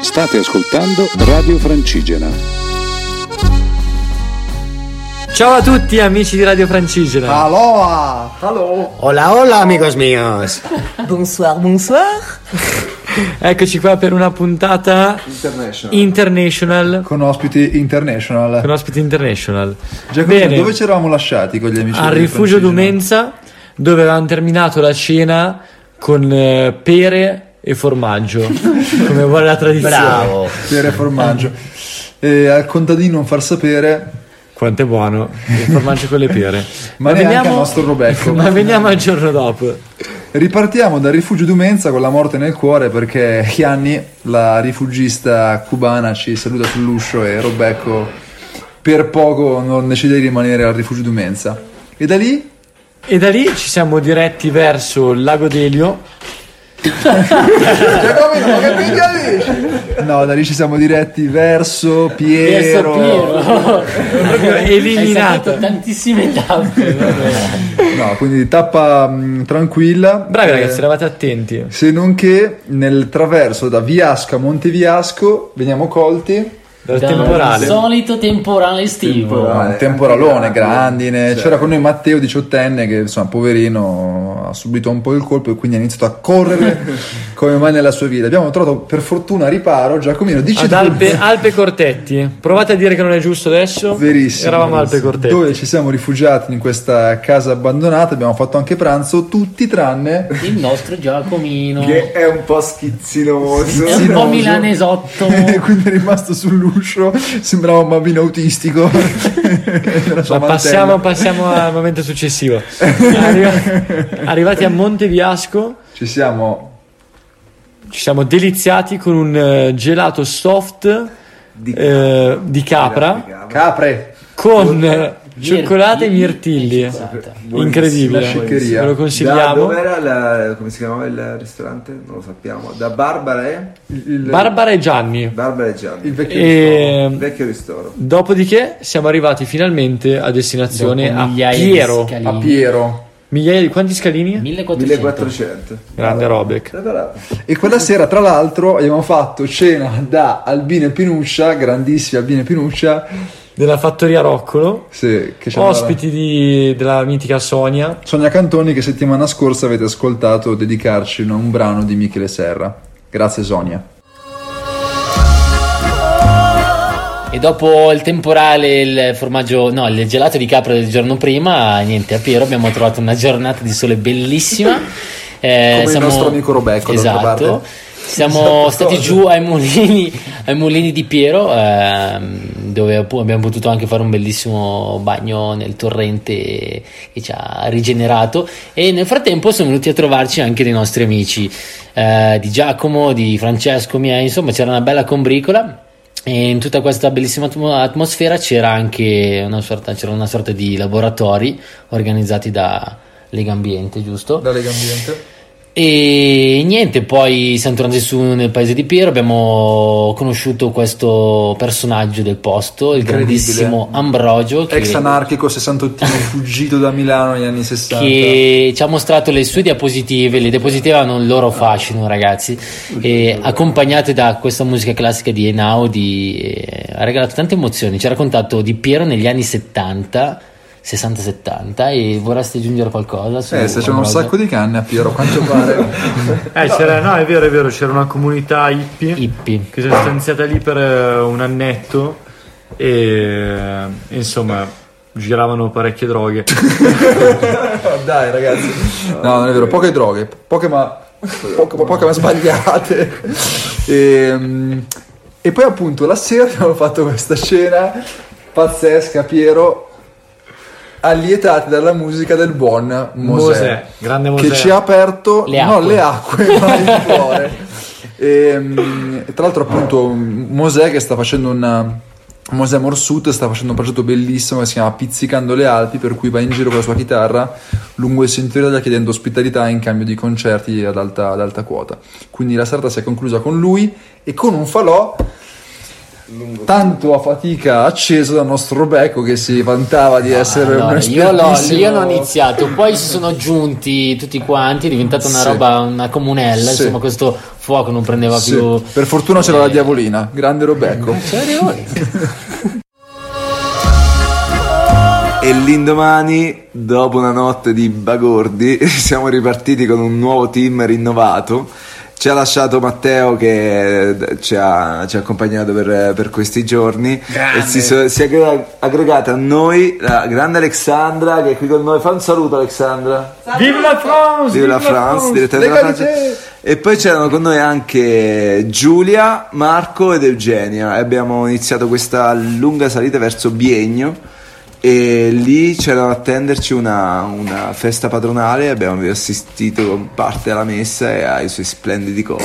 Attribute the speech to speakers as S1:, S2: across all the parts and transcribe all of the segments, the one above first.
S1: State ascoltando Radio Francigena.
S2: Ciao a tutti amici di Radio Francigena.
S3: Ah. Aloha! Hello!
S4: Hola, hola, amigos míos.
S5: Bonsoir, bonsoir.
S2: Eccoci qua per una puntata
S3: International.
S2: international
S3: con ospiti international.
S2: con ospiti international.
S3: Giacomo,
S2: Bene,
S3: dove ci eravamo lasciati con gli amici?
S2: al
S3: di
S2: rifugio
S3: Francigena?
S2: Dumenza dove avevamo terminato la cena con eh, pere e formaggio, come vuole la tradizione.
S4: Bravo.
S3: Pere e formaggio. E al contadino non far sapere,
S2: Quanto è buono il formaggio con le pere.
S3: Ma neanche al nostro Robecco.
S2: Ma veniamo al giorno dopo.
S3: ripartiamo dal rifugio Dumenza con la morte nel cuore perché Gianni, la rifugista cubana, ci saluta sull'uscio e Robecco per poco non decide di rimanere al rifugio Dumenza. E da lì
S2: E da lì ci siamo diretti verso il lago d'Elio.
S3: Giacomino, ma che minchia dici? No, da lì ci siamo diretti verso Piero.
S2: Proprio
S6: Hai
S2: eliminato.
S6: saltato tantissime tappe. vabbè.
S3: No, quindi tappa mh, tranquilla.
S2: Bravi
S3: Eh,
S2: ragazzi, eravate attenti.
S3: Se non che nel traverso da Viasco a Monteviasco veniamo colti.
S2: Dal
S6: Da
S2: temporale.
S6: un solito temporale estivo.
S3: da un temporalone, grandine. eh, C'era con noi Matteo, diciottenne, che insomma, poverino, ha subito un po' il colpo e quindi ha iniziato a correre come mai nella sua vita. Abbiamo trovato per fortuna riparo. Giacomino, dici
S2: Ad
S3: tu.
S2: Alpe, Alpe Cortetti. Provate a dire che non è giusto adesso.
S3: Verissimo.
S2: Eravamo Alpe Cortetti.
S3: Dove ci siamo rifugiati in questa casa abbandonata, abbiamo fatto anche pranzo, tutti tranne
S6: Il nostro Giacomino.
S7: Che è un po' schizzinoso.
S6: È un po'
S3: Sinoso.
S6: milanesotto.
S3: e quindi è rimasto sull'uscio, sembrava un bambino autistico. Nella sua
S2: Ma passiamo,
S3: mantella.
S2: passiamo al momento successivo. Arriva- arrivati a Monteviasco,
S3: Ci siamo
S2: ci siamo deliziati con un eh, gelato soft
S7: Di-
S2: eh, di capra
S3: capre.
S2: con eh, cioccolato e mirtilli.
S6: Esatto.
S2: Incredibile.
S3: La sciccheria.
S2: Ve lo
S7: Da
S2: consigliamo.
S7: dov'era la, come si chiamava il ristorante? Non lo sappiamo. Da Barbara e
S3: Il, il-
S2: Barbara e Gianni.
S7: Barbara e Gianni.
S3: il vecchio
S2: E-
S7: Vecchio ristoro.
S2: Dopodiché siamo arrivati finalmente a destinazione
S6: Dopo
S2: a
S6: migliaia di
S2: Piero.
S6: scalini.
S3: a Piero.
S2: Migliaia di quanti scalini?
S6: 1400.
S7: 1400.
S2: Grande Robec.
S7: Da Barbara.
S3: E quella sera, tra l'altro, abbiamo fatto cena da Albino e Pinuccia, grandissima Albino e Pinuccia,
S2: Della fattoria Roccolo.
S3: sì, che ci andava-
S2: Ospiti di- della mitica Sonia.
S3: Sonia Cantoni che settimana scorsa avete ascoltato dedicarci a un brano di Michele Serra. Grazie Sonia.
S6: E dopo il temporale, il formaggio, no, il gelato di capra del giorno prima, niente, a Piero abbiamo trovato una giornata di sole bellissima. Eh,
S3: Come il nostro amico Robecco, d'altra
S6: Esatto.
S3: parte.
S6: Siamo
S3: Esatto,
S6: stati
S3: cosa.
S6: giù ai mulini, ai mulini di Piero, ehm, dove appu- abbiamo potuto anche fare un bellissimo bagno nel torrente che ci ha rigenerato. E nel frattempo sono venuti a trovarci anche dei nostri amici eh, di Giacomo, di Francesco, miei, insomma c'era una bella combricola. E in tutta questa bellissima atmo- atmosfera c'era anche una sorta, c'era una sorta di laboratori organizzati da Lega Ambiente, giusto?
S3: Lega Ambiente.
S6: E niente, poi siamo tornati su nel paese di Piero, abbiamo conosciuto questo personaggio del posto, il
S3: Incredibile.
S6: grandissimo Ambrogio,
S3: Ex
S6: che,
S3: anarchico 68 fuggito da Milano negli anni Eh, 60.
S6: che ci ha mostrato le sue diapositive, le diapositive hanno il loro fascino ragazzi, e accompagnate da questa musica classica di Einaudi, eh, ha regalato tante emozioni, ci ha raccontato di Piero negli anni 70, 60-70 e vorreste aggiungere qualcosa? su
S3: Eh, se c'è un
S6: Ambrogio?
S3: sacco di canne a Piero, a quanto pare.
S2: Eh, c'era, no, è vero, è vero, c'era una comunità hippie,
S6: Hippie.
S2: che si è stanziata lì per eh, un annetto e e, insomma giravano parecchie droghe.
S3: Dai ragazzi. No, non è vero, poche droghe, poche ma, poche, poche ma sbagliate. E, e poi appunto la sera abbiamo fatto questa scena pazzesca, Piero, allietati dalla musica del buon Mosè.
S2: Mosè, grande Mosè.
S3: che ci ha aperto
S6: Le
S3: no,
S6: acque.
S3: le acque ma il cuore. E, mm, tra l'altro, appunto, m- Mosè che sta facendo un. Mosè Morsut sta facendo un progetto bellissimo che si chiama Pizzicando le Alpi, per cui va in giro con la sua chitarra lungo il sentiero d'Italia chiedendo ospitalità in cambio di concerti ad alta, ad alta quota. Quindi la serata si è conclusa con lui e con un falò tanto a fatica acceso dal nostro Becco che si vantava di essere un
S6: Allora, Ah, io, l'ho,
S3: espertissimo-
S6: io l'ho iniziato, poi si sono aggiunti tutti quanti, è diventata una
S3: Sì.
S6: roba, una comunella,
S3: Sì.
S6: insomma questo fuoco, non prendeva
S3: Sì.
S6: più.
S3: Per fortuna c'era la diavolina, grande Robecco.
S6: C'era Leone.
S7: E l'indomani, dopo una notte di bagordi, siamo ripartiti con un nuovo team rinnovato. Ci ha lasciato Matteo che eh, ci ha, ci ha accompagnato per, per questi giorni e si, so- si è aggra- aggregata a noi la grande Alexandra che è qui con noi. Fa un saluto Alexandra.
S2: Vive la France!
S7: Viva la France, direttamente dalla Francia. E poi c'erano con noi anche Giulia, Marco ed Eugenia. E abbiamo iniziato questa lunga salita verso Biegno. E lì c'era da attenderci una, una festa patronale. Abbiamo assistito con parte alla messa e ai suoi splendidi cori.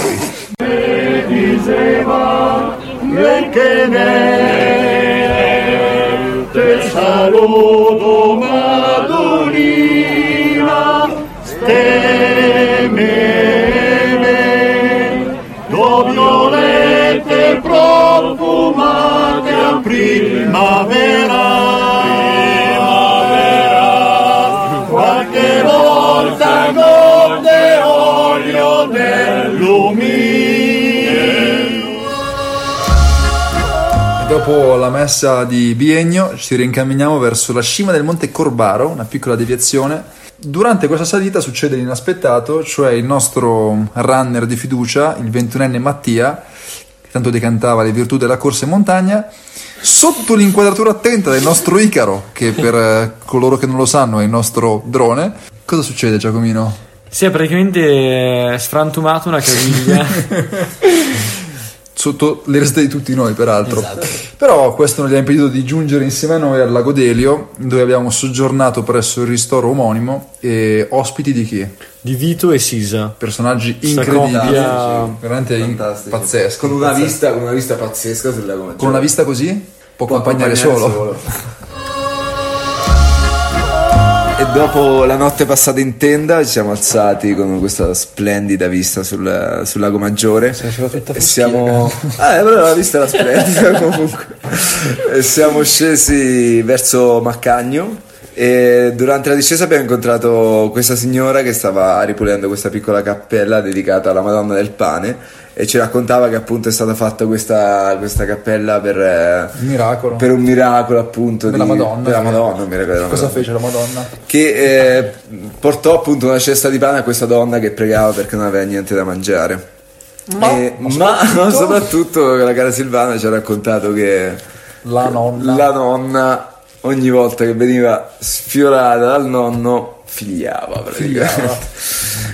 S3: Dopo la messa di biennio ci rincamminiamo verso la cima del Monte Corbaro, una piccola deviazione. Durante questa salita succede l'inaspettato, cioè il nostro runner di fiducia, il ventunenne Mattia, che tanto decantava le virtù della corsa in montagna, sotto l'inquadratura attenta del nostro Icaro, che per eh, coloro che non lo sanno è il nostro drone. Cosa succede Giacomino?
S2: Si è praticamente eh, sfrantumato una caviglia.
S3: sotto le reste di tutti noi, peraltro. Però questo non gli ha impedito di giungere insieme a noi al Lago Delio, dove abbiamo soggiornato presso il ristoro omonimo e ospiti di chi?
S2: di Vito e Sisa.
S3: Personaggi
S2: Sta
S3: incredibili,
S2: coppia-
S3: veramente in-
S7: Fantastici.
S3: pazzesco.
S8: Con una, vista, con una vista pazzesca sulla lago
S3: Con una vista così può accompagnare solo.
S7: E dopo la notte passata in tenda ci siamo alzati con questa splendida vista sul, sul lago Maggiore. e siamo... Ah, eh, però la vista era splendida comunque. E siamo scesi verso Maccagno e durante la discesa abbiamo incontrato questa signora che stava ripulendo questa piccola cappella dedicata alla Madonna del Pane e ci raccontava che appunto è stata fatta questa, questa cappella per... eh,
S3: Miracolo.
S7: Per un miracolo appunto
S3: Per la
S7: di-
S3: Madonna.
S7: per la Madonna, un miracolo della
S3: Cosa
S7: Madonna
S3: fece la Madonna?
S7: che eh, portò appunto una cesta di pane a questa donna che pregava perché non aveva niente da mangiare. Eh, Ma, soprattutto... la cara Silvana ci ha raccontato che
S3: La nonna.
S7: la nonna ogni volta che veniva sfiorata dal nonno figliava praticamente.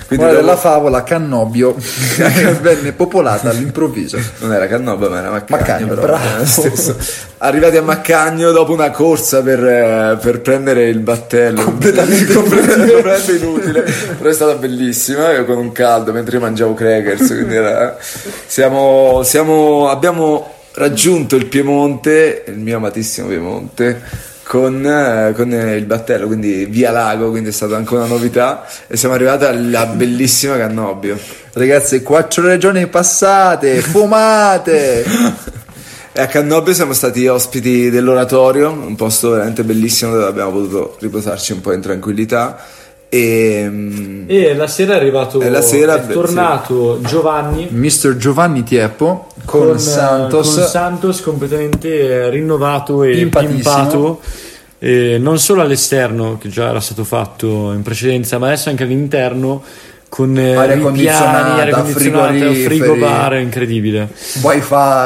S7: Quindi
S3: Quella
S7: dopo-
S3: della favola Cannobio che venne popolata all'improvviso.
S7: non era Cannobba ma era Maccagno,
S3: Maccagno,
S7: però,
S3: bravo.
S7: era lo stesso. arrivati a Maccagno dopo una corsa per, eh, per prendere il battello completamente, completamente inutile però è stata bellissima eh, con un caldo mentre io mangiavo crackers quindi era- eh. siamo, siamo- abbiamo raggiunto il Piemonte il mio amatissimo Piemonte con, eh, con, eh, il battello quindi via Lago quindi è stata anche una novità e siamo arrivati alla bellissima Cannobio
S3: Ragazzi, quattro regioni passate, fumate!
S7: E a Cannobio siamo stati ospiti dell'oratorio, un posto veramente bellissimo dove abbiamo potuto riposarci un po' in tranquillità. E, mm,
S2: E la sera è arrivato.
S7: E la sera,
S2: è
S7: beh,
S2: tornato Giovanni
S3: Mr. Giovanni Tieppo con,
S2: eh,
S3: Santos.
S2: con Santos completamente eh, rinnovato e
S3: Pimpatissimo.
S2: pimpato. eh, non solo all'esterno, che già era stato fatto in precedenza, ma adesso anche all'interno con eh,
S3: Aria
S2: rimpiani, aria
S3: condizionata,
S2: condizionata,
S3: frigoriferi.
S2: frigo bar, è incredibile. Ah,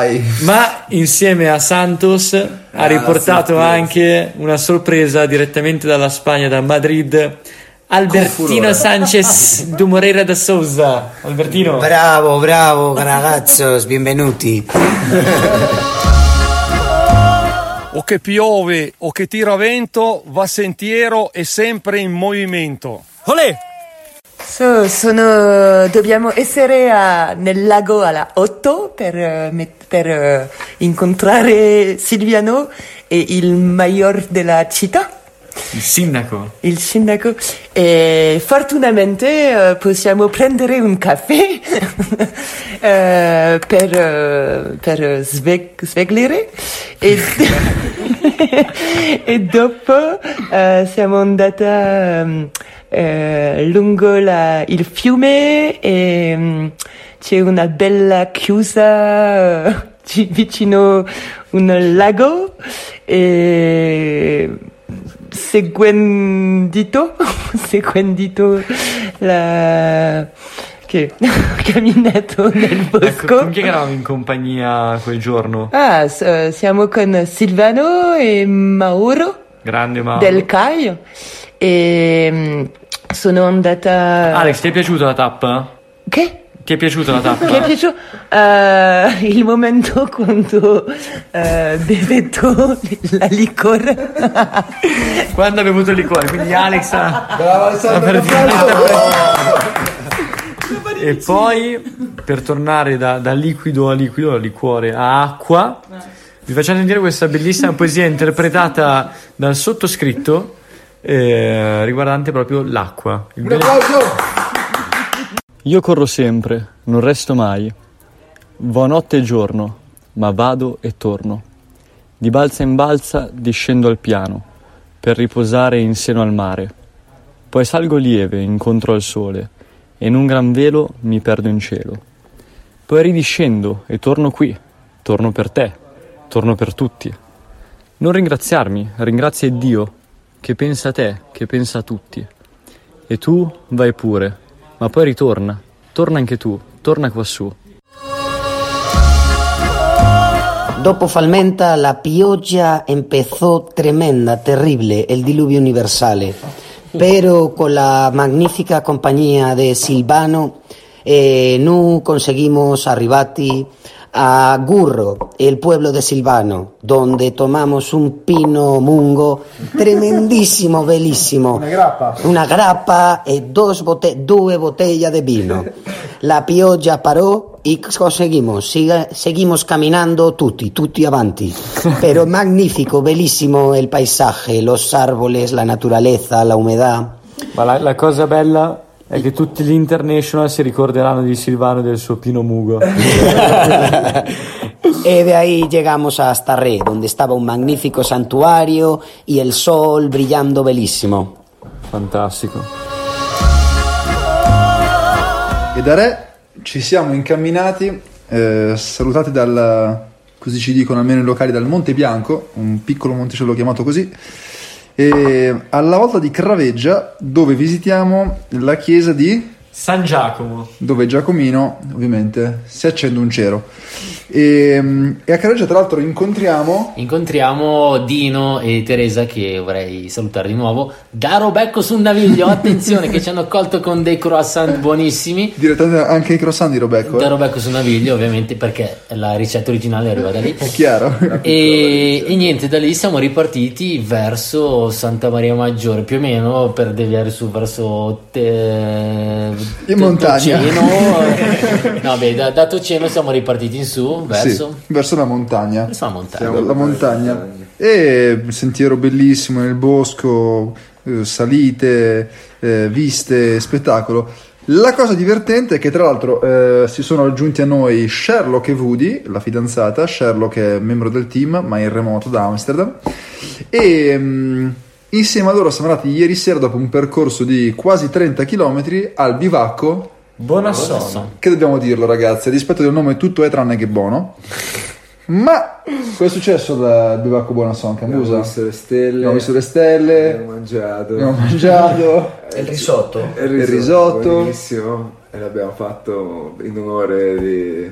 S3: Wi-Fi.
S2: Ma insieme a Santos
S3: Ah,
S2: ha riportato anche una sorpresa direttamente dalla Spagna, da Madrid. Albertino Sanchez de Moreira da Souza. Albertino.
S4: Bravo, bravo ragazzi, benvenuti.
S9: o che piove o che tira vento, va sentiero e sempre in movimento.
S2: Olè!
S5: So- sono- dobbiamo essere a- nel lago alla 8 per, eh, met- per, eh, incontrare Silviano e il mayor della città.
S2: Il sindaco.
S5: Il sindaco, e fortunatamente eh, possiamo prendere un caffè eh, per, eh, per eh, sve- svegliare e, e dopo eh, siamo euh, andata ehm, eh, lungo la- il fiume e mm, c'è una bella chiusa eh, ci- vicino un lago e seguendito, seguendito la... che camminato nel
S2: Ecco,
S5: bosco.
S2: con chi eravamo in compagnia quel giorno?
S5: Ah, s- eh, siamo con Silvano e Mauro
S2: Grande ma
S5: del Caio e mm, sono andata...
S2: Alex, ti è piaciuta la tappa?
S5: Che?
S2: Ti è piaciuta la tappa?
S5: Che è piaciuto eh, il momento quando eh, bevetto la liquor
S2: Quando ha bevuto il liquore, quindi Alex ha...
S3: Brava Alessandro, bravo.
S2: E poi, per tornare da, da liquido a liquido, da liquore a acqua, vi facciamo sentire questa bellissima poesia interpretata dal sottoscritto eh, riguardante proprio l'acqua. Il
S3: Un
S2: bel-
S3: applauso.
S10: Io corro sempre, non resto mai. Vo notte e giorno, ma vado e torno. Di balza in balza discendo al piano, per riposare in seno al mare. Poi salgo lieve incontro al sole, e in un gran velo mi perdo in cielo. Poi ridiscendo e torno qui, torno per te, torno per tutti. Non ringraziarmi, ringrazia Dio, che pensa a te, che pensa a tutti. E tu vai pure, ma poi ritorna. Torna anche tu, torna quassù.
S4: Dopo Falmenta la pioggia empezó tremenda, terrible, el diluvio universale, pero con la magnífica compañía de Silvano eh, no conseguimos arribati a Gurro, el pueblo de Silvano, donde tomamos un pino mungo tremendísimo, bellísimo. Una grappa. Una grappa e dos bote- due botella de vino. La pioggia parò y conseguimos, siga- seguimos caminando tutti, tutti avanti. Pero magnífico, bellísimo el paisaje, los árboles, la naturaleza, la humedad.
S2: Ma la, la cosa bella è che tutti gli international si ricorderanno di Silvano e del suo Pino Mugo.
S4: Y Eh, de ahí llegamos a Astarré, donde estaba un magnífico santuario y el sol brillando bellísimo.
S2: Fantastico.
S3: E da re ci siamo incamminati, eh, salutati dal, così ci dicono almeno i locali, dal Monte Bianco, un piccolo monticello chiamato così, e alla volta di Craveggia, dove visitiamo la chiesa di...
S2: San Giacomo.
S3: dove Giacomino ovviamente si accende un cero. E, e a Craveggia tra l'altro incontriamo...
S6: Incontriamo Dino e Teresa che vorrei salutare di nuovo da Robecco sul Naviglio, attenzione che ci hanno accolto con dei croissant buonissimi.
S3: Direttamente anche i croissant di Robecco,
S6: Da
S3: eh?
S6: Robecco sul Naviglio ovviamente perché la ricetta originale arriva da lì.
S3: è chiaro.
S6: E, e niente, da lì siamo ripartiti verso Santa Maria Maggiore, più o meno per deviare su verso te, te-
S3: montagna.
S6: Toceno. no, beh, da, da Toceno siamo ripartiti in su verso,
S3: Sì, verso la montagna.
S2: Esatto.
S6: verso la montagna.
S3: Siamo alla montagna e sentiero bellissimo nel bosco, eh, salite, eh, viste, spettacolo. La cosa divertente è che tra l'altro eh, si sono aggiunti a noi Sherlock e Woody, la fidanzata, Sherlock è membro del team ma in remoto da Amsterdam e mm, insieme a loro siamo andati ieri sera dopo un percorso di quasi 30 km al bivacco
S2: Buonasera.
S3: che dobbiamo dirlo, ragazzi? A dispetto del nome, tutto è tranne che buono. Ma cosa è successo da Bivacco Buonasson Cambusa?
S8: Abbiamo visto le stelle.
S3: Abbiamo visto le stelle,
S8: Abbiamo mangiato.
S3: abbiamo mangiato.
S4: El risotto.
S8: E
S3: il risotto.
S8: Buonissimo. E l'abbiamo fatto in onore di...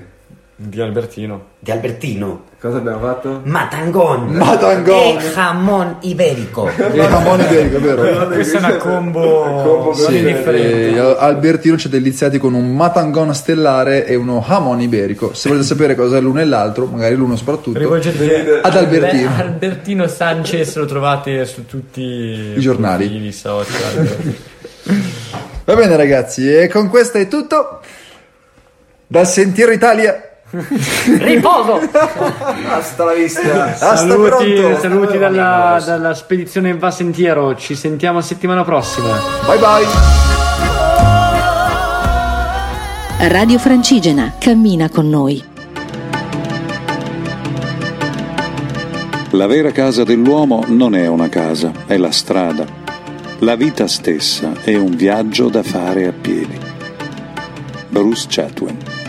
S2: Di Albertino.
S4: De Albertino.
S8: Cosa abbiamo fatto?
S4: Matangón.
S3: Matangón.
S4: El jamón ibérico.
S3: E Ramon Iberico, è vero?
S2: Questa è una combo,
S8: combo
S3: Sì,
S2: indifferente.
S3: e Albertino ci ha deliziati con un matangon stellare e uno hamon iberico. Se volete sapere cos'è l'uno e l'altro, magari l'uno soprattutto,
S2: Rivolgetevi
S3: ad Albertino.
S2: Beh, Albertino Sanchez lo trovate su tutti i
S3: giornali.
S2: profili, social.
S3: Va bene, ragazzi, e con questo è tutto. Dal Sentiero Italia,
S2: Riposo!
S8: Hasta la vista.
S3: hasta
S2: saluti,
S3: pronto.
S2: saluti dalla, dalla spedizione Va Sentiero. Ci sentiamo settimana prossima.
S3: Bye bye.
S11: Radio Francigena, cammina con noi.
S1: La vera casa dell'uomo non è una casa, è la strada. La vita stessa è un viaggio da fare a piedi. Bruce Chatwin